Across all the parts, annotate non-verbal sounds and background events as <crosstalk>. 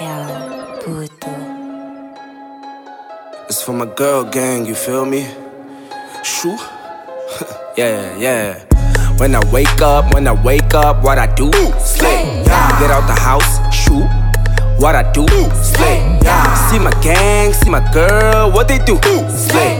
Yeah, puto. It's for my girl gang, you feel me? Shoo. <laughs> yeah, yeah. When I wake up, when I wake up, what I do? Slay. Get out the house, shoot. What I do? Slay. See my gang, see my girl, what they do? Slay.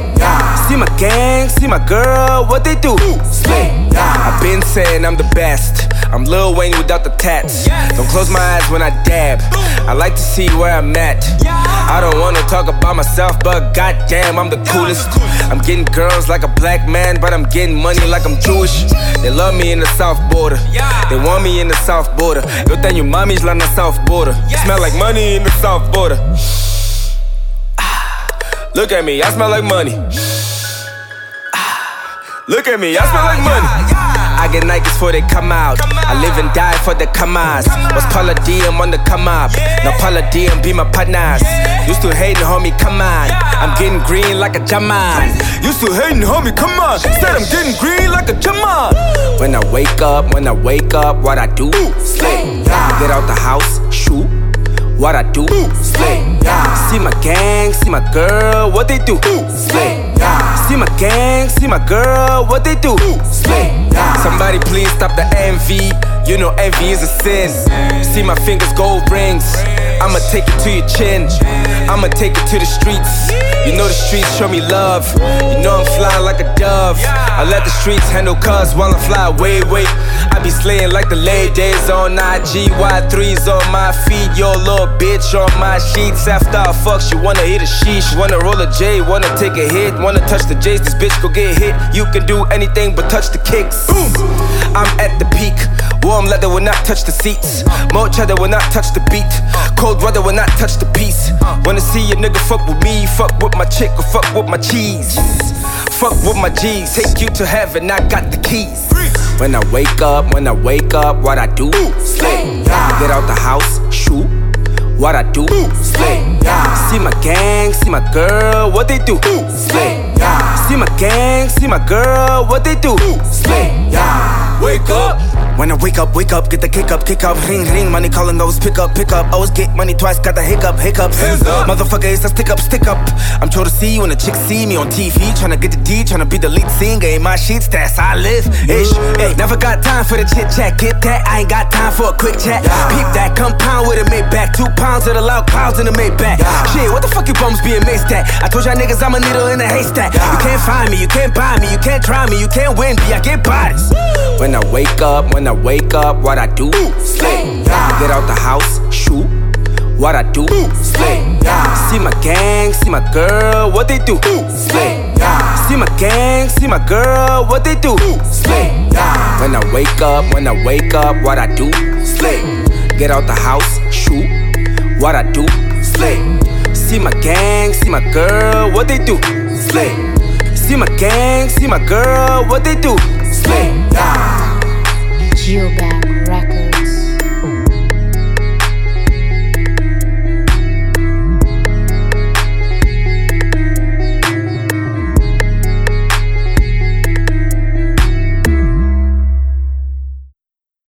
See my gang, see my girl, what they do? Slay. I've been saying I'm the best. I'm Lil Wayne without the tats. Don't close my eyes when I dab. I like to see where I'm at. I don't wanna talk about myself, but goddamn, I'm the coolest. I'm getting girls like a black man, but I'm getting money like I'm Jewish. They love me in the South Border. They want me in the South Border. Yo tenho mamis lá na South Border. Smell like money in the South Border. <sighs> Look at me, I smell like money. Look at me, I smell like money. I get Nikes for they come out. I live and die for the come outs. Was Paula DM on the come up? Now Paula DM be my partners. Used to hating, homie, come on. I'm getting green like a Jaman. Used to hating, homie, come on. Said I'm getting green like a Jaman. When I wake up, when I wake up, what I do? Slay. Get out the house, shoot. What I do? Slay. See my gang, see my girl, what they do? Slay. See my gang, see my girl, what they do? Slay. Somebody please stop the envy. You know envy is a sin. See my fingers gold rings. I'ma take it to your chin. I'ma take it to the streets. You know the streets show me love. You know I'm flying like a dove. I let the streets handle cuz while I fly away, wait. I be slaying like the late days on IG. Y3s on my feet. Yo, little bitch on my sheets. After I fuck, she wanna hit a sheesh. Wanna roll a J, wanna take a hit. Wanna touch the J's, this bitch go get hit. You can do anything but touch the kicks. Boom! I'm at the peak. Warm leather will not touch the seats. More cheddar will not touch the beat. Cold weather will not touch the piece. Wanna see a nigga fuck with me? Fuck with my chick or fuck with my cheese. Fuck with my G's. Take you to heaven, I got the keys. When I wake up, when I wake up, what I do? Slay. Get out the house, shoot. What I do? Slay. See my gang, see my girl, what they do? Slay. See my gang, see my girl, what they do? Slay. Wake up. When I wake up, wake up, get the kick up, kick up, ring, ring, money calling those pick up, pick up. Always get money twice, got the hiccup, hiccups. Hands up. Motherfucker, it's a stick up, stick up. I'm told to see you when the chicks see me on TV, tryna get the D, tryna be the lead singer in my sheets. That's how I live, ish. Hey, never got time for the chit chat, get that. I ain't got time for a quick chat. Peep that, compound with a made back, two pounds of the loud clouds in the made back. Shit, what the fuck you bums being maced at? I told y'all niggas I'm a needle in a haystack. You can't find me, you can't buy me, you can't try me, you can't win me. I get bodies. When I wake up, when I wake up, what I do? Slay. Get out the house, shoot. What I do? Slay. See my gang, see my girl, what they do? Slay. See my gang, see my girl, what they do? Slay. When I wake up, when I wake up, what I do? Slay. Get out the house, shoot. What I do? Slay. See my gang, see my girl, what they do? Slay. See my gang, see my girl, what they do? Slay. Gilbert.